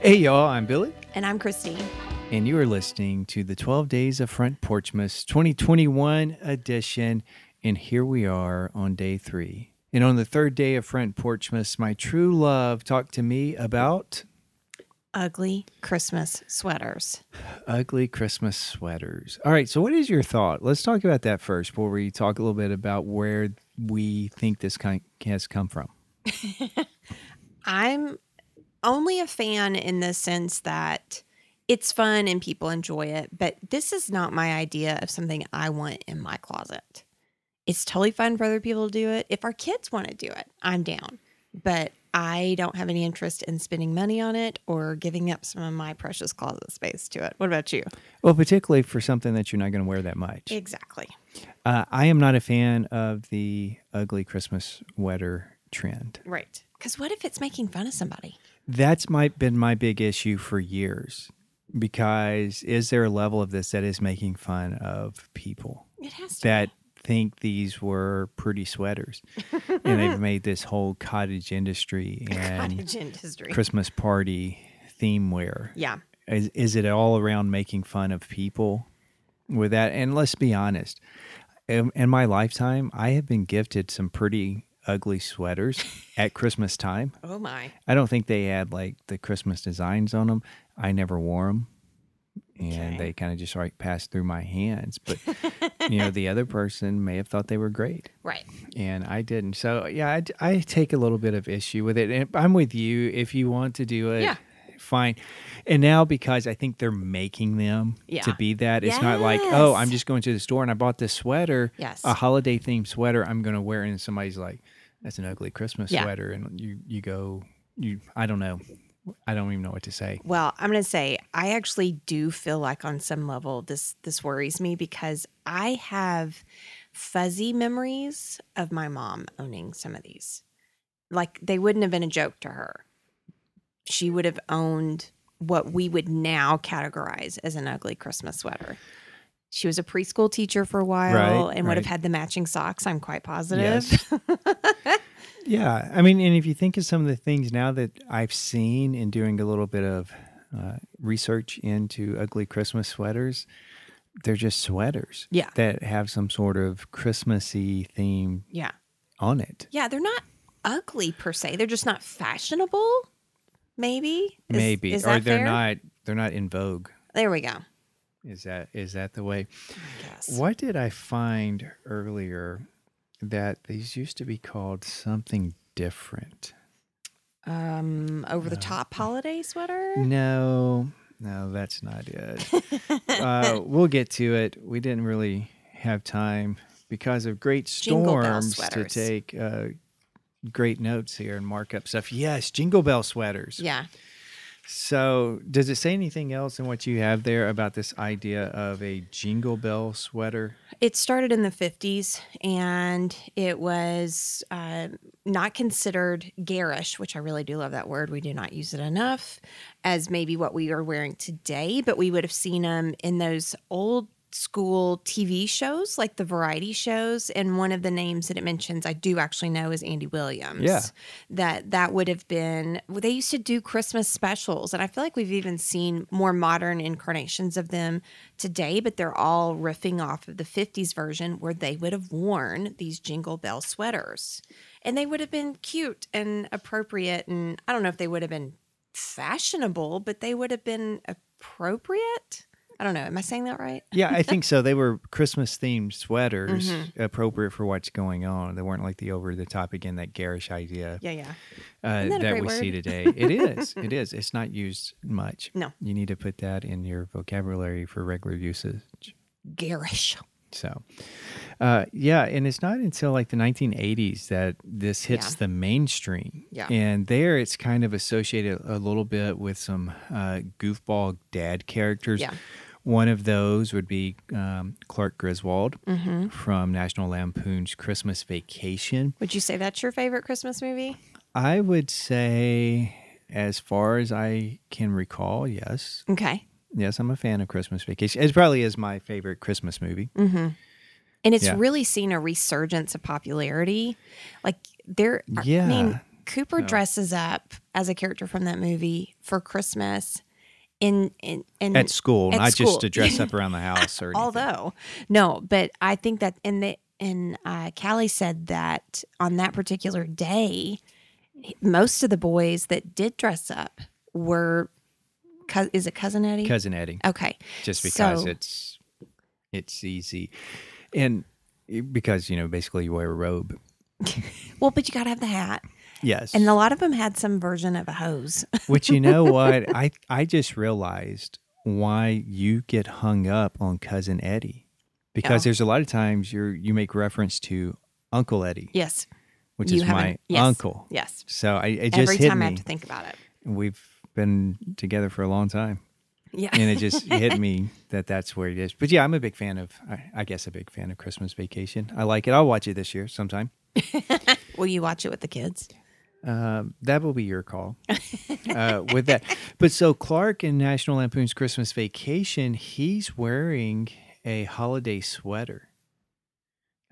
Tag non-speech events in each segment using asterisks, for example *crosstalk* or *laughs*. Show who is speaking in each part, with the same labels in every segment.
Speaker 1: Hey, y'all, I'm Billy,
Speaker 2: And I'm Christine.
Speaker 1: and you are listening to the 12 Days of Front Porchmas 2021 edition. And here we are on day three. And on the third day of Front Porchmas, my true love talked to me about
Speaker 2: Ugly Christmas sweaters.
Speaker 1: ugly Christmas sweaters. All right, so what is your thought? Let's talk about that first before we talk a little bit about where we think this kind has come from.
Speaker 2: I'm only a fan in the sense that it's fun and people enjoy it, but this is not my idea of something I want in my closet. It's totally fun for other people to do it. If our kids want to do it, I'm down. But I don't have any interest in spending money on it or giving up some of my precious closet space to it. What about you?
Speaker 1: Well, particularly for something that you're not going to wear that much.
Speaker 2: Exactly.
Speaker 1: Uh, I am not a fan of the ugly Christmas sweater trend.
Speaker 2: Right. Because what if it's making fun of somebody?
Speaker 1: That's my been my big issue for years because is there a level of this that is making fun of people
Speaker 2: It has to.
Speaker 1: that think these were pretty sweaters and they've made this whole cottage industry
Speaker 2: *laughs*
Speaker 1: and
Speaker 2: cottage industry.
Speaker 1: Christmas party theme wear?
Speaker 2: Yeah.
Speaker 1: Is is it all around making fun of people with that? And let's be honest, in, in my lifetime, I have been gifted some pretty ugly sweaters at Christmas time.
Speaker 2: Oh my.
Speaker 1: I don't think they had like the Christmas designs on them. I never wore them. And
Speaker 2: Okay.
Speaker 1: they kind of just like passed through my hands.
Speaker 2: *laughs*
Speaker 1: But, you know, the other person may have thought they were great
Speaker 2: Right.
Speaker 1: and I didn't. So, yeah, I d- I, take a little bit of issue with it. And I'm with you. If you want to do it,
Speaker 2: Yeah.
Speaker 1: fine. And now because I think they're making them to
Speaker 2: Yeah.
Speaker 1: be that, it's not like, oh, I'm
Speaker 2: Yes.
Speaker 1: just going to the store and I bought this sweater,
Speaker 2: Yes.
Speaker 1: a holiday themed sweater I'm going to wear. And somebody's like, that's an ugly Christmas
Speaker 2: Yeah.
Speaker 1: sweater. And you, you go, you, I don't know. I don't even know what to say.
Speaker 2: Well, I'm going to say I actually do feel like on some level this this worries me because I have fuzzy memories of my mom owning some of these. Like they wouldn't have been a joke to her. She would have owned what we would now categorize as an ugly Christmas sweater. She was a preschool teacher for a while
Speaker 1: Right,
Speaker 2: and would have
Speaker 1: right.
Speaker 2: had the matching socks, I'm quite positive.
Speaker 1: Yeah, I mean, and if you think of some of the things now that I've seen in doing a little bit of uh, research into ugly Christmas sweaters, they're just sweaters
Speaker 2: *laughs* yeah.
Speaker 1: that have some sort of Christmassy theme
Speaker 2: Yeah.
Speaker 1: on it.
Speaker 2: Yeah, they're not ugly per se. They're just not fashionable. Maybe. Is-
Speaker 1: Maybe,
Speaker 2: is
Speaker 1: or
Speaker 2: that
Speaker 1: they're
Speaker 2: fair?
Speaker 1: not. They're not in vogue.
Speaker 2: There we go.
Speaker 1: Is that is that the way?
Speaker 2: Yes.
Speaker 1: What did I find earlier that these used to be called something different?
Speaker 2: Um, over
Speaker 1: Uh,
Speaker 2: the top holiday sweater.
Speaker 1: No, no, that's not
Speaker 2: *laughs*
Speaker 1: it. uh, we'll get to it. We didn't really have time because of great
Speaker 2: Jingle bell
Speaker 1: storms to
Speaker 2: sweaters.
Speaker 1: take uh, great notes here and mark up stuff. Yes, jingle bell sweaters.
Speaker 2: Yeah.
Speaker 1: So, does it say anything else in what you have there about this idea of a jingle bell sweater?
Speaker 2: It started in the 50s and it was uh, not considered garish, which I really do love that word. We do not use it enough as maybe what we are wearing today, but we would have seen them in those old school TV shows, like the variety shows. And one of the names that it mentions, I do actually know, is Andy Williams.
Speaker 1: Yeah.
Speaker 2: That that would have been well, they used to do Christmas specials, and I feel like we've even seen more modern incarnations of them today. But they're all riffing off of the '50s version, where they would have worn these jingle bell sweaters, and they would have been cute and appropriate. And I don't know if they would have been fashionable, but they would have been appropriate. I don't know. Am I saying that right?
Speaker 1: Yeah,
Speaker 2: *laughs*
Speaker 1: I think so. They were Christmas themed sweaters
Speaker 2: Mm-hmm.
Speaker 1: appropriate for what's going on. They weren't like the over the top again, that garish idea.
Speaker 2: Yeah, yeah.
Speaker 1: uh,
Speaker 2: Isn't
Speaker 1: that,
Speaker 2: that a
Speaker 1: we
Speaker 2: great
Speaker 1: see
Speaker 2: word?
Speaker 1: today. It
Speaker 2: *laughs*
Speaker 1: is. It is. It's not used much.
Speaker 2: No.
Speaker 1: You need to put that in your vocabulary for regular usage.
Speaker 2: Garish.
Speaker 1: So, uh, yeah, and it's not until like the 1980s that this hits
Speaker 2: Yeah.
Speaker 1: the mainstream.
Speaker 2: Yeah.
Speaker 1: And there it's kind of associated a little bit with some uh, goofball dad characters.
Speaker 2: Yeah.
Speaker 1: One of those would be um, Clark Griswold
Speaker 2: Mm-hmm.
Speaker 1: from National Lampoon's Christmas Vacation.
Speaker 2: Would you say that's your favorite Christmas movie?
Speaker 1: I would say, as far as I can recall, yes.
Speaker 2: Okay.
Speaker 1: Yes, I'm a fan of Christmas Vacation. It probably is my favorite Christmas movie.
Speaker 2: And it's
Speaker 1: Yeah.
Speaker 2: really seen a resurgence of popularity. Like there, are, I mean, Cooper
Speaker 1: No.
Speaker 2: dresses up as a character from that movie for Christmas in in, in
Speaker 1: at school,
Speaker 2: At
Speaker 1: not
Speaker 2: school.
Speaker 1: just to dress
Speaker 2: *laughs*
Speaker 1: up around the house or anything.
Speaker 2: although no, but I think that in the and uh, Callie said that on that particular day, most of the boys that did dress up were cou- is it cousin Eddie?
Speaker 1: cousin Eddie,
Speaker 2: Okay,
Speaker 1: just because
Speaker 2: So-
Speaker 1: it's it's easy, and because you know basically you wear a robe.
Speaker 2: well, but you got to have the hat,
Speaker 1: Yes,
Speaker 2: and a lot of them had some version of a hose. *laughs*
Speaker 1: Which you know what? I I just realized why you get hung up on cousin Eddie. Because
Speaker 2: Yeah.
Speaker 1: there's a lot of times you are you make reference to Uncle Eddie,
Speaker 2: yes,
Speaker 1: which is
Speaker 2: you haven't-
Speaker 1: my
Speaker 2: yes.
Speaker 1: uncle.
Speaker 2: yes.
Speaker 1: So I it just
Speaker 2: Every
Speaker 1: hit
Speaker 2: time I
Speaker 1: me.
Speaker 2: have to think about it.
Speaker 1: We've been together for a long time,
Speaker 2: Yeah.
Speaker 1: and it
Speaker 2: *laughs*
Speaker 1: just hit me that that's where it is. But yeah, I'm a big fan of I, I guess a big fan of Christmas Vacation. I like it. I'll watch it this year sometime.
Speaker 2: Will you watch it with the kids?
Speaker 1: Um, that will be your
Speaker 2: *laughs*
Speaker 1: call uh, with that. But so Clark in National Lampoon's Christmas Vacation, he's wearing a holiday sweater.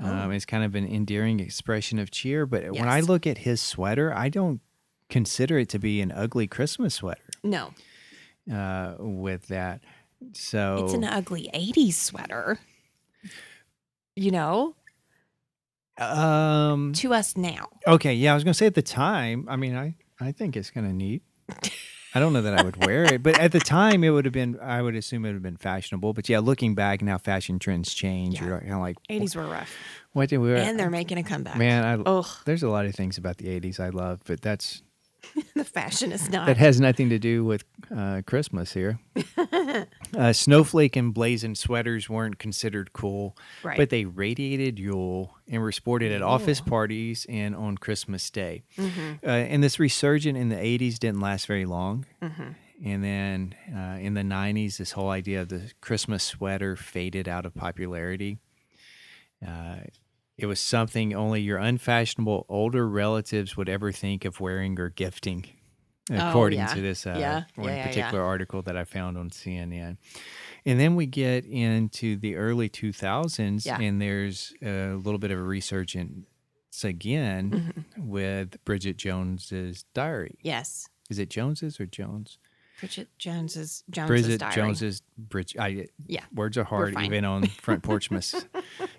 Speaker 1: Um, it's kind of an endearing expression of cheer. But when I
Speaker 2: Oh. Yes.
Speaker 1: look at his sweater, I don't consider it to be an ugly Christmas sweater
Speaker 2: No,
Speaker 1: uh, with that. So
Speaker 2: it's an ugly '80s sweater. You know,
Speaker 1: um,
Speaker 2: to us now.
Speaker 1: okay, yeah, I was gonna say at the time. I mean, I I think it's kind of neat. I don't know that I would wear it, but at the time it would have been. I would assume it would have been fashionable. But yeah, looking back now, fashion trends change.
Speaker 2: Yeah.
Speaker 1: You're kind of like,
Speaker 2: 80s were rough.
Speaker 1: what did we wear?
Speaker 2: and they're making a comeback.
Speaker 1: man, I,
Speaker 2: Ugh,
Speaker 1: there's a lot of things about the '80s I love, but that's
Speaker 2: the fashion is
Speaker 1: that
Speaker 2: not.
Speaker 1: has nothing to do with uh, Christmas
Speaker 2: *laughs*
Speaker 1: here. uh, snowflake and blazoned sweaters weren't considered cool,
Speaker 2: Right.
Speaker 1: but they radiated Yule and were sported at office parties and on Christmas Day.
Speaker 2: Mm-hmm.
Speaker 1: Uh, and this resurgent in the 80s didn't last very long.
Speaker 2: Mm-hmm.
Speaker 1: And then uh, in the 90s, this whole idea of the Christmas sweater faded out of popularity. Uh, it was something only your unfashionable older relatives would ever think of wearing or gifting, according
Speaker 2: Oh, yeah.
Speaker 1: to this uh,
Speaker 2: Yeah.
Speaker 1: one
Speaker 2: Yeah, yeah, yeah.
Speaker 1: particular article that I found on CNN. And then we get into the early 2000s,
Speaker 2: Yeah.
Speaker 1: and there's a little bit of a resurgence again
Speaker 2: Mm-hmm.
Speaker 1: with Bridget Jones's Diary.
Speaker 2: yes.
Speaker 1: Is it Jones's or Jones?
Speaker 2: Bridget Jones's Jones's
Speaker 1: Bridget
Speaker 2: diary.
Speaker 1: Jones's Bridget. I,
Speaker 2: Yeah.
Speaker 1: words are hard
Speaker 2: fine.
Speaker 1: even
Speaker 2: *laughs*
Speaker 1: on front porch miss.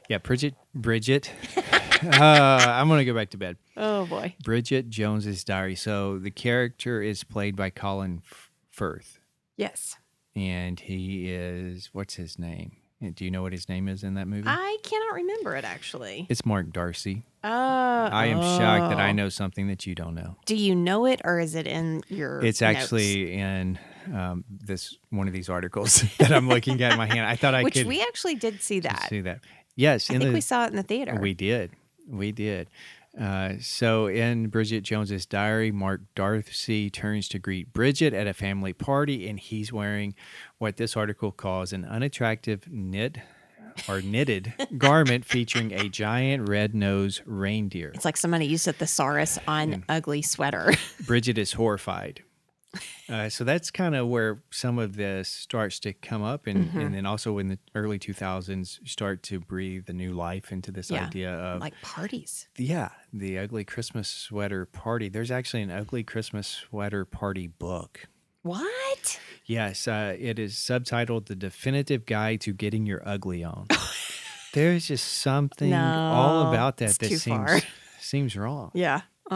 Speaker 1: yeah, Bridget. Bridget. uh, I'm gonna go back to bed.
Speaker 2: Oh boy.
Speaker 1: Bridget Jones's Diary. So the character is played by Colin F- Firth,
Speaker 2: Yes.
Speaker 1: and he is what's his name? Do you know what his name is in that movie?
Speaker 2: I cannot remember it actually.
Speaker 1: it's Mark Darcy.
Speaker 2: Oh.
Speaker 1: I am shocked that I
Speaker 2: oh.
Speaker 1: know something that you don't know.
Speaker 2: Do you know it or is it in your
Speaker 1: It's
Speaker 2: notes?
Speaker 1: actually in um, this one of these articles *laughs* that I'm looking at in my hand. I thought I
Speaker 2: Which
Speaker 1: could
Speaker 2: we actually did see that.
Speaker 1: see that. Yes,
Speaker 2: I
Speaker 1: in
Speaker 2: think
Speaker 1: the
Speaker 2: we saw it in the theater.
Speaker 1: We did. We did. Uh, so in Bridget Jones's diary, Mark Darcy turns to greet Bridget at a family party, and he's wearing what this article calls an unattractive knit or knitted garment featuring a giant red nosed reindeer.
Speaker 2: it's like somebody used a thesaurus on ugly sweater.
Speaker 1: Bridget is horrified. Uh, so that's kind of where some of this starts to come up, and, and then also in the early 2000s, start to breathe a new life into this
Speaker 2: Yeah.
Speaker 1: idea of
Speaker 2: like parties.
Speaker 1: Yeah, the ugly Christmas sweater party. There's actually an ugly Christmas sweater party book.
Speaker 2: What?
Speaker 1: Yes, uh, it is subtitled "The Definitive Guide to Getting Your Ugly
Speaker 2: *laughs*
Speaker 1: On." There's just something all
Speaker 2: No,
Speaker 1: about that
Speaker 2: it's
Speaker 1: that
Speaker 2: too
Speaker 1: seems
Speaker 2: far.
Speaker 1: *laughs* seems wrong.
Speaker 2: Yeah. uh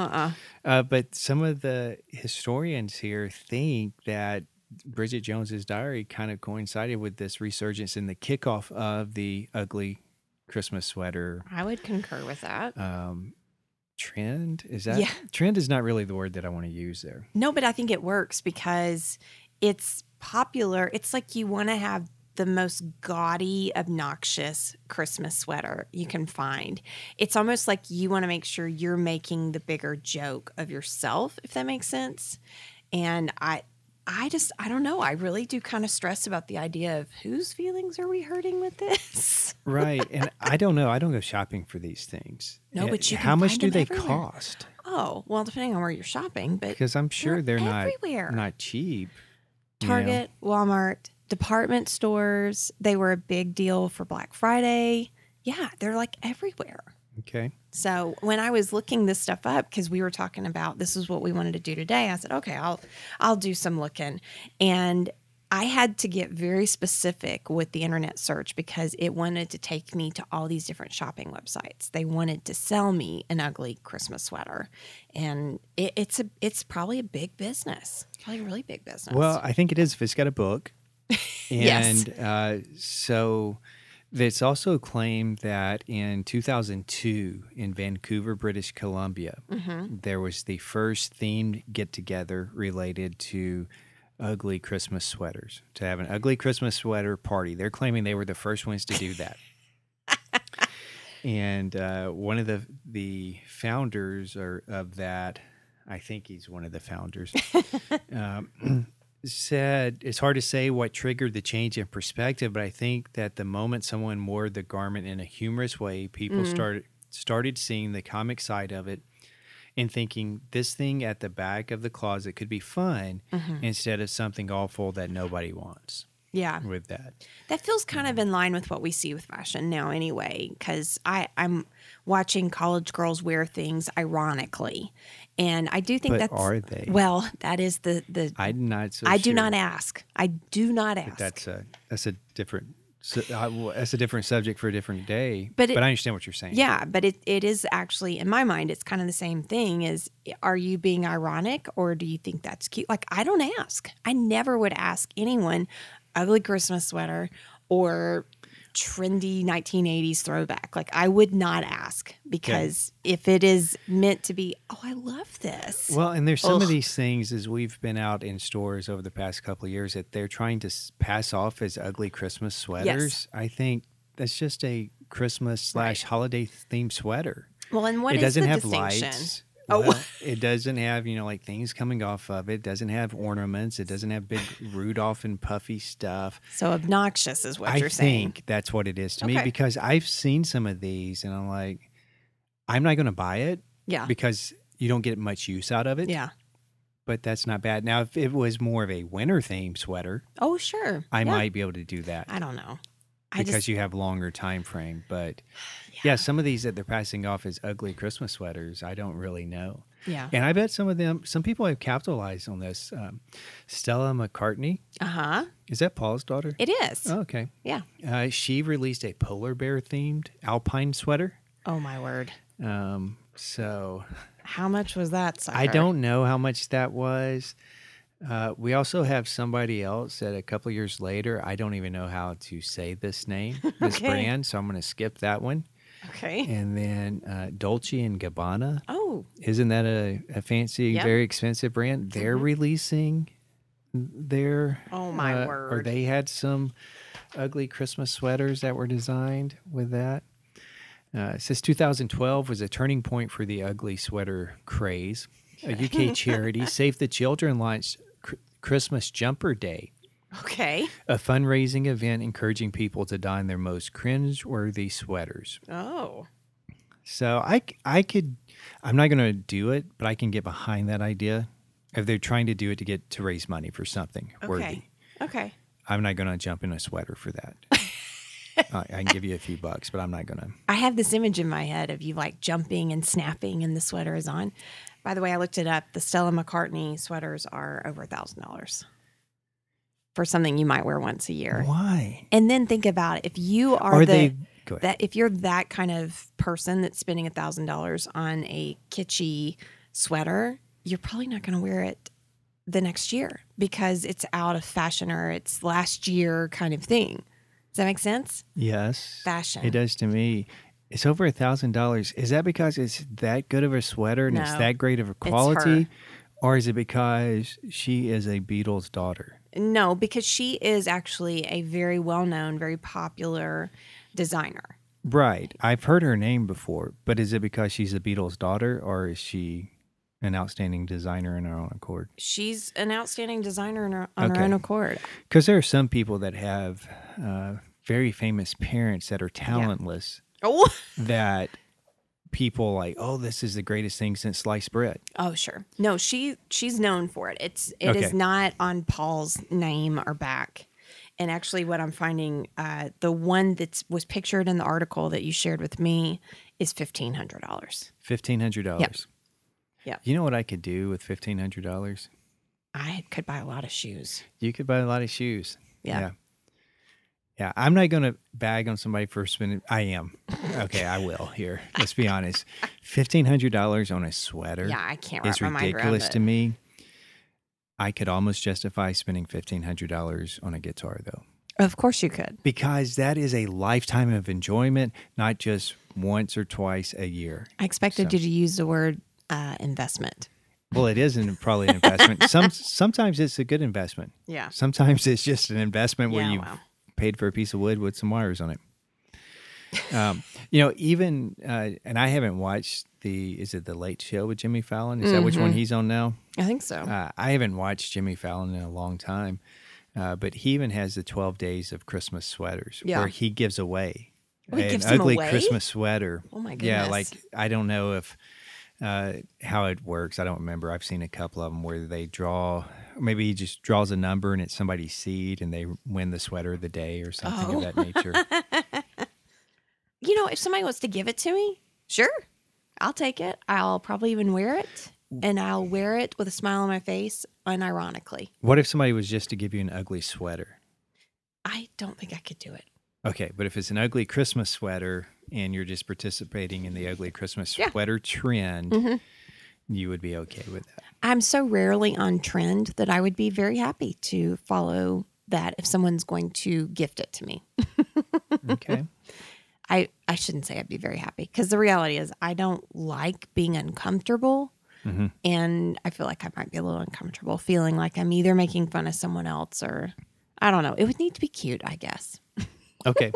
Speaker 2: uh
Speaker 1: Uh, but some of the historians here think that Bridget Jones's diary kind of coincided with this resurgence in the kickoff of the ugly Christmas sweater
Speaker 2: I would concur with that.
Speaker 1: um trend is that
Speaker 2: Yeah.
Speaker 1: trend is not really the word that i want to use
Speaker 2: *laughs*
Speaker 1: there
Speaker 2: No, but I think it works because it's popular. It's like you want to have the most gaudy, obnoxious Christmas sweater you can find. It's almost like you want to make sure you're making the bigger joke of yourself, if that makes sense. And I, I just, I don't know. I really do kind of stress about the idea of whose feelings are we hurting with this? *laughs*
Speaker 1: right and i don't know i don't go shopping for these things
Speaker 2: No,
Speaker 1: Uh,
Speaker 2: but you
Speaker 1: how
Speaker 2: can
Speaker 1: much
Speaker 2: find
Speaker 1: do
Speaker 2: them
Speaker 1: they
Speaker 2: everywhere.
Speaker 1: cost
Speaker 2: Oh, well, depending on where you're shopping, but
Speaker 1: because i'm sure they're, not
Speaker 2: everywhere.
Speaker 1: not cheap you know?
Speaker 2: Target, Walmart, department stores, they were a big deal for Black Friday. Yeah, they're like everywhere.
Speaker 1: okay
Speaker 2: So when I was looking this stuff up because we were talking about this is what we wanted to do today, I said, "Okay, I'll I'll do some looking." And I had to get very specific with the internet search because it wanted to take me to all these different shopping websites. They wanted to sell me an ugly Christmas sweater, and it, it's a it's probably a big business, probably a really big business.
Speaker 1: Well, I think it is if it's got a book.
Speaker 2: *laughs* Yes.
Speaker 1: And uh, so it's also claimed that in 2002 in Vancouver, British Columbia,
Speaker 2: Mm-hmm.
Speaker 1: there was the first themed get together related to ugly Christmas sweaters, to have an ugly Christmas sweater party. They're claiming they were the first ones to do
Speaker 2: *laughs*
Speaker 1: that. and uh, one of the, the founders or, of that, I think he's one of the founders. um, said it's hard to say what triggered the change in perspective, but I think that the moment someone wore the garment in a humorous way, people
Speaker 2: Mm-hmm.
Speaker 1: started started seeing the comic side of it and thinking this thing at the back of the closet could be fun
Speaker 2: Mm-hmm.
Speaker 1: instead of something awful that nobody wants
Speaker 2: yeah,
Speaker 1: with that.
Speaker 2: That feels kind
Speaker 1: Mm-hmm.
Speaker 2: of in line with what we see with fashion now, anyway, because I'm watching college girls wear things ironically. And I do think
Speaker 1: But
Speaker 2: that's.
Speaker 1: are they?
Speaker 2: Well, that is the. the
Speaker 1: I'm not so
Speaker 2: I do
Speaker 1: sure.
Speaker 2: not ask. I do not ask.
Speaker 1: That's a that's a different so, I, well, that's a different subject for a different day.
Speaker 2: But it-
Speaker 1: but I understand what you're saying.
Speaker 2: yeah, but it, it is actually, in my mind, it's kind of the same thing is eh, are you being ironic or do you think that's cute? Like, I don't ask. I never would ask anyone ugly Christmas sweater or trendy 1980s throwback. Like, I would not ask because if it is meant to be, oh, I love this.
Speaker 1: Well, and there's some
Speaker 2: Ugh.
Speaker 1: of these things as we've been out in stores over the past couple of years that they're trying to s- pass off as ugly Christmas sweaters. I think that's just a Christmas slash holiday themed sweater.
Speaker 2: Well, and what
Speaker 1: it
Speaker 2: is
Speaker 1: doesn't
Speaker 2: the
Speaker 1: have
Speaker 2: distinction?
Speaker 1: lights.
Speaker 2: Oh.
Speaker 1: Well, it doesn't have you know like things coming off of it. Doesn't have ornaments. It doesn't have big Rudolph and puffy stuff.
Speaker 2: So obnoxious is what
Speaker 1: I
Speaker 2: you're
Speaker 1: think
Speaker 2: saying.
Speaker 1: that's what it is to me
Speaker 2: Okay.
Speaker 1: because I've seen some of these and I'm like, I'm not going to buy it
Speaker 2: Yeah.
Speaker 1: because you don't get much use out of it
Speaker 2: Yeah.
Speaker 1: but that's not bad. Now, if it was more of a winter themed sweater,
Speaker 2: Oh, sure.
Speaker 1: I
Speaker 2: Yeah.
Speaker 1: might be able to do that
Speaker 2: I don't know. I
Speaker 1: because
Speaker 2: just,
Speaker 1: you have longer time frame. But yeah. some of these that they're passing off as ugly Christmas sweaters, I don't really know.
Speaker 2: yeah.
Speaker 1: And I bet some of them, some people have capitalized on this. Um, Stella McCartney,
Speaker 2: Uh huh.
Speaker 1: is that Paul's daughter?
Speaker 2: It is.
Speaker 1: Oh, okay.
Speaker 2: Yeah.
Speaker 1: Uh, she released a polar bear themed alpine sweater.
Speaker 2: Oh my word.
Speaker 1: Um, so
Speaker 2: How much was that? Sucker?
Speaker 1: I don't know how much that was. Uh, we also have somebody else that a couple years later, I don't even know how to say this name, this
Speaker 2: Okay.
Speaker 1: brand, so I'm going to skip that one.
Speaker 2: Okay.
Speaker 1: And then uh, Dolce and Gabbana,
Speaker 2: Oh,
Speaker 1: isn't that a, a fancy,
Speaker 2: Yep. Mm-hmm.
Speaker 1: very expensive brand? They're releasing their. uh,
Speaker 2: Oh, my
Speaker 1: Or
Speaker 2: word.
Speaker 1: they had some ugly Christmas sweaters that were designed with that. Uh, it says 2012 was a turning point for the ugly sweater craze. A
Speaker 2: *laughs*
Speaker 1: UK charity, Save the Children, launched Cr- Christmas Jumper Day,
Speaker 2: okay.
Speaker 1: a fundraising event encouraging people to don their most cringe-worthy sweaters.
Speaker 2: Oh,
Speaker 1: So I, c- I could, I'm not going to do it, but I can get behind that idea if they're trying to do it to get to raise money for something worthy.
Speaker 2: okay. Okay.
Speaker 1: I'm not going to jump in a sweater for
Speaker 2: *laughs*
Speaker 1: that. I, I can give you a few bucks, but I'm not going to.
Speaker 2: I have this image in my head of you like jumping and snapping, and the sweater is on. By the way, I looked it up. The Stella McCartney sweaters are over a thousand dollars for something you might wear once a year.
Speaker 1: Why
Speaker 2: And then think about it. if you are,
Speaker 1: are,
Speaker 2: the,
Speaker 1: they? Go ahead.
Speaker 2: that if you're that kind of person that's spending a thousand dollars on a kitschy sweater, you're probably not going to wear it the next year because it's out of fashion or it's last year kind of thing. Does that make sense?
Speaker 1: yes,
Speaker 2: Fashion.
Speaker 1: it does to me. It's over a thousand dollars. Is that because it's that good of a sweater and it's
Speaker 2: No.
Speaker 1: that great of a quality, or is it because she is a Beatles daughter?
Speaker 2: No, because she is actually a very well-known, very popular designer.
Speaker 1: Right. I've heard her name before, but is it because she's a Beatles daughter or is she an outstanding designer in her own accord?
Speaker 2: She's an outstanding designer in her, on her
Speaker 1: Okay.
Speaker 2: own accord.
Speaker 1: Because there are some people that have uh, very famous parents that are talentless
Speaker 2: Oh,
Speaker 1: that people like, oh, this is the greatest thing since sliced bread.
Speaker 2: Oh sure. No, she she's known for it. It's it is
Speaker 1: Okay.
Speaker 2: not on Paul's name or back. And actually, what I'm finding, uh, the one that was pictured in the article that you shared with me is $1,500.
Speaker 1: $1,500.
Speaker 2: Yep.
Speaker 1: You know what I could do with $1,500?
Speaker 2: I could buy a lot of shoes.
Speaker 1: You could buy a lot of shoes.
Speaker 2: Yeah.
Speaker 1: Yeah. Yeah, I'm not going to bag on somebody for spending. I am. Okay, I will here. Let's be honest. $1,500 on a sweater
Speaker 2: Yeah, I can't wrap
Speaker 1: is
Speaker 2: my mind around
Speaker 1: ridiculous
Speaker 2: it.
Speaker 1: to me. I could almost justify spending $1,500 on a guitar, though,
Speaker 2: Of course you could.
Speaker 1: because that is a lifetime of enjoyment, not just once or twice a year.
Speaker 2: I expected you to use the word uh, investment.
Speaker 1: Well, it is an, probably an
Speaker 2: *laughs*
Speaker 1: investment. Some Sometimes it's a good investment.
Speaker 2: Yeah.
Speaker 1: Sometimes it's just an investment where
Speaker 2: Yeah,
Speaker 1: you
Speaker 2: wow.
Speaker 1: paid for a piece of wood with some wires on it. Um, you know, even uh, and I haven't watched the is it the Late Show with Jimmy Fallon? Is that which one he's on now?
Speaker 2: I think so.
Speaker 1: Uh, I haven't watched Jimmy Fallon in a long time, uh, but he even has the Twelve Days of Christmas sweaters
Speaker 2: Yeah.
Speaker 1: where he gives away
Speaker 2: Oh, he
Speaker 1: an
Speaker 2: gives them
Speaker 1: ugly
Speaker 2: away?
Speaker 1: Christmas sweater.
Speaker 2: Oh, my
Speaker 1: Yeah,
Speaker 2: goodness.
Speaker 1: like I don't know if uh, how it works. I don't remember. I've seen a couple of them where they draw. Maybe he just draws a number and it's somebody's seed, and they win the sweater of the day or something
Speaker 2: Oh.
Speaker 1: of that
Speaker 2: *laughs*
Speaker 1: nature.
Speaker 2: you know, if somebody wants to give it to me, sure, I'll take it. I'll probably even wear it, and I'll wear it with a smile on my face, unironically.
Speaker 1: what if somebody was just to give you an ugly sweater?
Speaker 2: I don't think I could do it.
Speaker 1: Okay, but if it's an ugly Christmas sweater and you're just participating in the ugly Christmas
Speaker 2: Yeah. Mm-hmm.
Speaker 1: sweater trend, you would be okay with
Speaker 2: *laughs*
Speaker 1: that.
Speaker 2: I'm so rarely on trend that I would be very happy to follow that if someone's going to gift it to me.
Speaker 1: Okay.
Speaker 2: I, I shouldn't say I'd be very happy because the reality is I don't like being uncomfortable.
Speaker 1: Mm-hmm.
Speaker 2: And I feel like I might be a little uncomfortable feeling like I'm either making fun of someone else or I don't know. It would need to be cute, I guess.
Speaker 1: okay.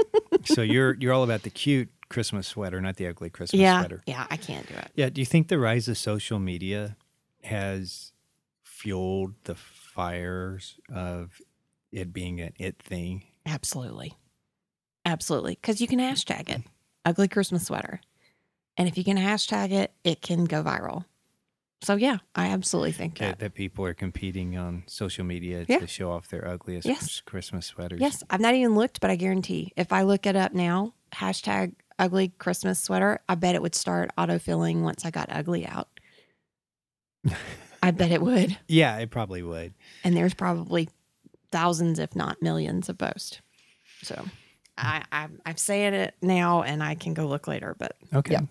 Speaker 1: So you're you're all about the cute Christmas sweater, not the ugly Christmas
Speaker 2: yeah.
Speaker 1: sweater.
Speaker 2: Yeah, I can't do it.
Speaker 1: Yeah. Do you think the rise of social media has fueled the fires of it being an it thing?
Speaker 2: Absolutely. Absolutely. Because you can hashtag it ugly Christmas sweater. And if you can hashtag it, it can go viral. So, yeah, I absolutely think
Speaker 1: That,
Speaker 2: that.
Speaker 1: that people are competing on social media
Speaker 2: Yeah.
Speaker 1: to show off their ugliest
Speaker 2: Yes.
Speaker 1: Christmas sweaters.
Speaker 2: Yes, I've not even looked, but I guarantee if I look it up now, hashtag ugly Christmas sweater, I bet it would start autofilling once I got ugly out. I bet it would.
Speaker 1: Yeah, it probably would.
Speaker 2: And there's probably thousands, if not millions, of posts. So I, I, I'm saying it now and I can go look later, but
Speaker 1: Okay.
Speaker 2: Yeah.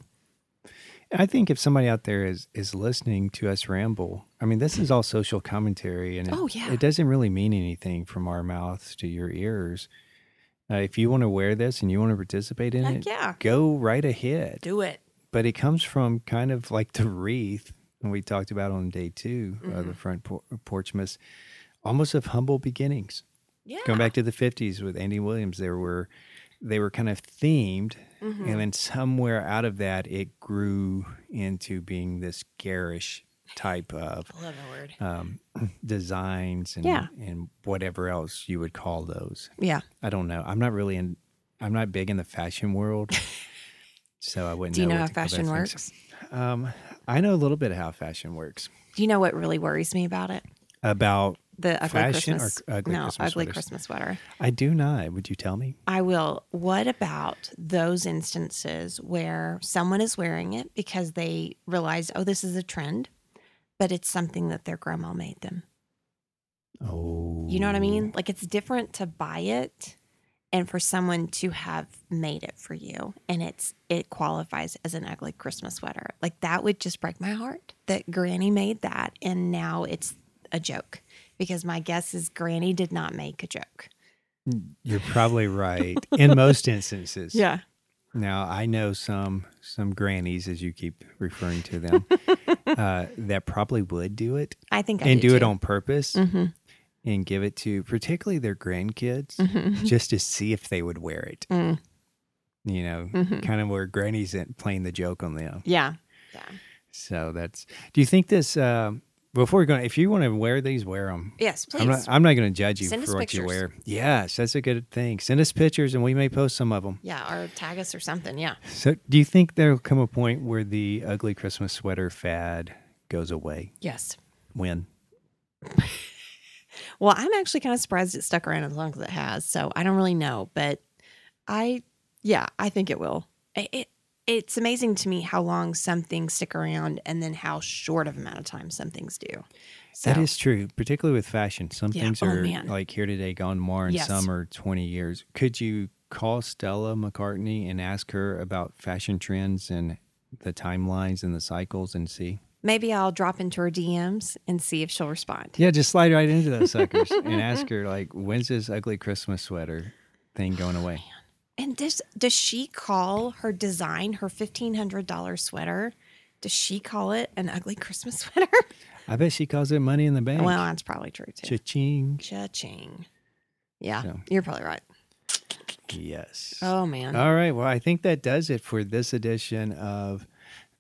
Speaker 1: I think if somebody out there is is listening to us ramble, I mean, this is all social commentary, and it,
Speaker 2: Oh, yeah.
Speaker 1: it doesn't really mean anything from our mouths to your ears. Uh, if you want to wear this and you want to participate in
Speaker 2: heck
Speaker 1: it,
Speaker 2: yeah,
Speaker 1: go right ahead.
Speaker 2: do it.
Speaker 1: But it comes from kind of like the wreath and we talked about on day 2 of
Speaker 2: Mm-hmm.
Speaker 1: the front por- porch miss, almost of humble beginnings
Speaker 2: Yeah.
Speaker 1: going back to the 50s with Andy Williams there were they were kind of themed
Speaker 2: Mm-hmm.
Speaker 1: and then somewhere out of that it grew into being this garish type of
Speaker 2: I love that word.
Speaker 1: um, *clears throat* designs and
Speaker 2: Yeah.
Speaker 1: and whatever else you would call those
Speaker 2: Yeah.
Speaker 1: I don't know I'm not really in I'm not big in the fashion world so I wouldn't
Speaker 2: Do you know
Speaker 1: what
Speaker 2: how
Speaker 1: to call those
Speaker 2: fashion
Speaker 1: things.
Speaker 2: works?
Speaker 1: um, I know a little bit of how fashion works
Speaker 2: Do you know what really worries me about it?
Speaker 1: about
Speaker 2: The ugly
Speaker 1: Fashion or
Speaker 2: Christmas.
Speaker 1: c- ugly
Speaker 2: no,
Speaker 1: Christmas
Speaker 2: ugly
Speaker 1: sweaters?
Speaker 2: Christmas sweater.
Speaker 1: I do not would you tell me
Speaker 2: I will. What about those instances where someone is wearing it because they realize, oh, this is a trend, but it's something that their grandma made them?
Speaker 1: oh
Speaker 2: You know what I mean? Like it's different to buy it and for someone to have made it for you and it's it qualifies as an ugly Christmas sweater. Like that would just break my heart that granny made that and now it's a joke because my guess is granny did not make a joke.
Speaker 1: Oh, You're probably right in most instances.
Speaker 2: Yeah.
Speaker 1: Now I know some some grannies, as you keep referring to
Speaker 2: *laughs*
Speaker 1: them, uh, that probably would do it
Speaker 2: I think I
Speaker 1: and do it
Speaker 2: too.
Speaker 1: on purpose
Speaker 2: Mm-hmm.
Speaker 1: and give it to particularly their grandkids
Speaker 2: Mm-hmm.
Speaker 1: just to see if they would wear it.
Speaker 2: Mm.
Speaker 1: You know,
Speaker 2: Mm-hmm.
Speaker 1: kind of where grannies in- playing the joke on them.
Speaker 2: Yeah. Yeah.
Speaker 1: So that's. Do you think this? um before we're going, if you want to wear these, wear them.
Speaker 2: Yes, please.
Speaker 1: I'm not, I'm not going to judge you
Speaker 2: Send us
Speaker 1: for what
Speaker 2: pictures.
Speaker 1: you wear. Yes, that's a good thing. Send us pictures and we may post some of them.
Speaker 2: yeah, or tag us or something. Yeah.
Speaker 1: So, do you think there'll come a point where the ugly Christmas sweater fad goes away?
Speaker 2: Yes.
Speaker 1: When?
Speaker 2: Well, I'm actually kind of surprised it stuck around as long as it has. So I don't really know, but I, yeah, I think it will. I- It, it's amazing to me how long some things stick around and then how short of amount of time some things do. So,
Speaker 1: That is true, particularly with fashion. Some
Speaker 2: Yeah.
Speaker 1: things
Speaker 2: Oh,
Speaker 1: are
Speaker 2: man.
Speaker 1: like here today, gone tomorrow, and
Speaker 2: Yes.
Speaker 1: some are 20 years. Could you call Stella McCartney and ask her about fashion trends and the timelines and the cycles and see?
Speaker 2: maybe I'll drop into her DMs and see if she'll respond.
Speaker 1: Yeah, just slide right into those suckers
Speaker 2: *laughs*
Speaker 1: and ask her, like, when's this ugly Christmas sweater thing going
Speaker 2: Oh,
Speaker 1: away?
Speaker 2: And does does she call her design her fifteen hundred dollar sweater? Does she call it an ugly Christmas *laughs* sweater?
Speaker 1: I bet she calls it money in the bank.
Speaker 2: well, that's probably true too.
Speaker 1: Cha-ching.
Speaker 2: Cha-ching. Yeah,
Speaker 1: So-
Speaker 2: you're probably right.
Speaker 1: Yes.
Speaker 2: Oh man,
Speaker 1: All right. Well, I think that does it for this edition of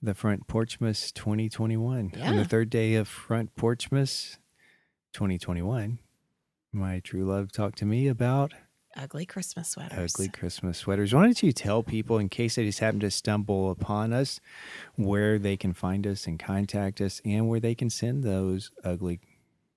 Speaker 1: the Front Porchmas 2021. On
Speaker 2: Yeah.
Speaker 1: the third day of Front Porchmas 2021, my true love talked to me about
Speaker 2: ugly Christmas sweaters.
Speaker 1: ugly Christmas sweaters. Why don't you tell people, in case they just happen to stumble upon us, where they can find us and contact us and where they can send those ugly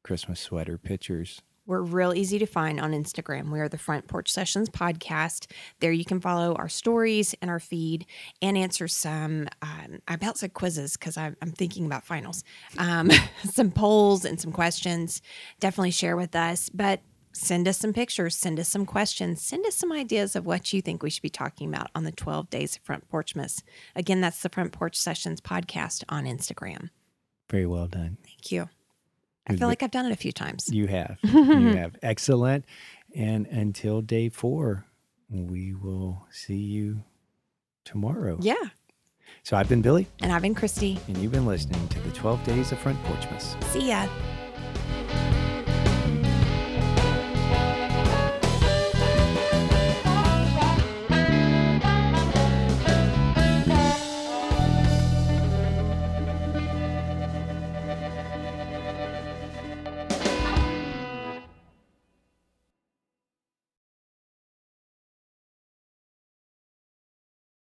Speaker 1: Christmas sweater pictures?
Speaker 2: We're real easy to find on Instagram. We are the Front Porch Sessions podcast. There you can follow our stories and our feed and answer some, um, I about said quizzes because I'm, I'm thinking about finals, um, *laughs* some polls and some questions. Definitely share with us, but send us some pictures, send us some questions, send us some ideas of what you think we should be talking about on the 12 days of Front Porchmas. Again, that's the Front Porch Sessions podcast on Instagram.
Speaker 1: Very well done.
Speaker 2: Thank you. I feel like I've done it a few times.
Speaker 1: You have. you have. Excellent. And until day four, we will see you tomorrow.
Speaker 2: Yeah.
Speaker 1: So I've been Billy,
Speaker 2: And I've been Christy.
Speaker 1: and you've been listening to the 12 Days of Front Porchmas.
Speaker 2: See ya.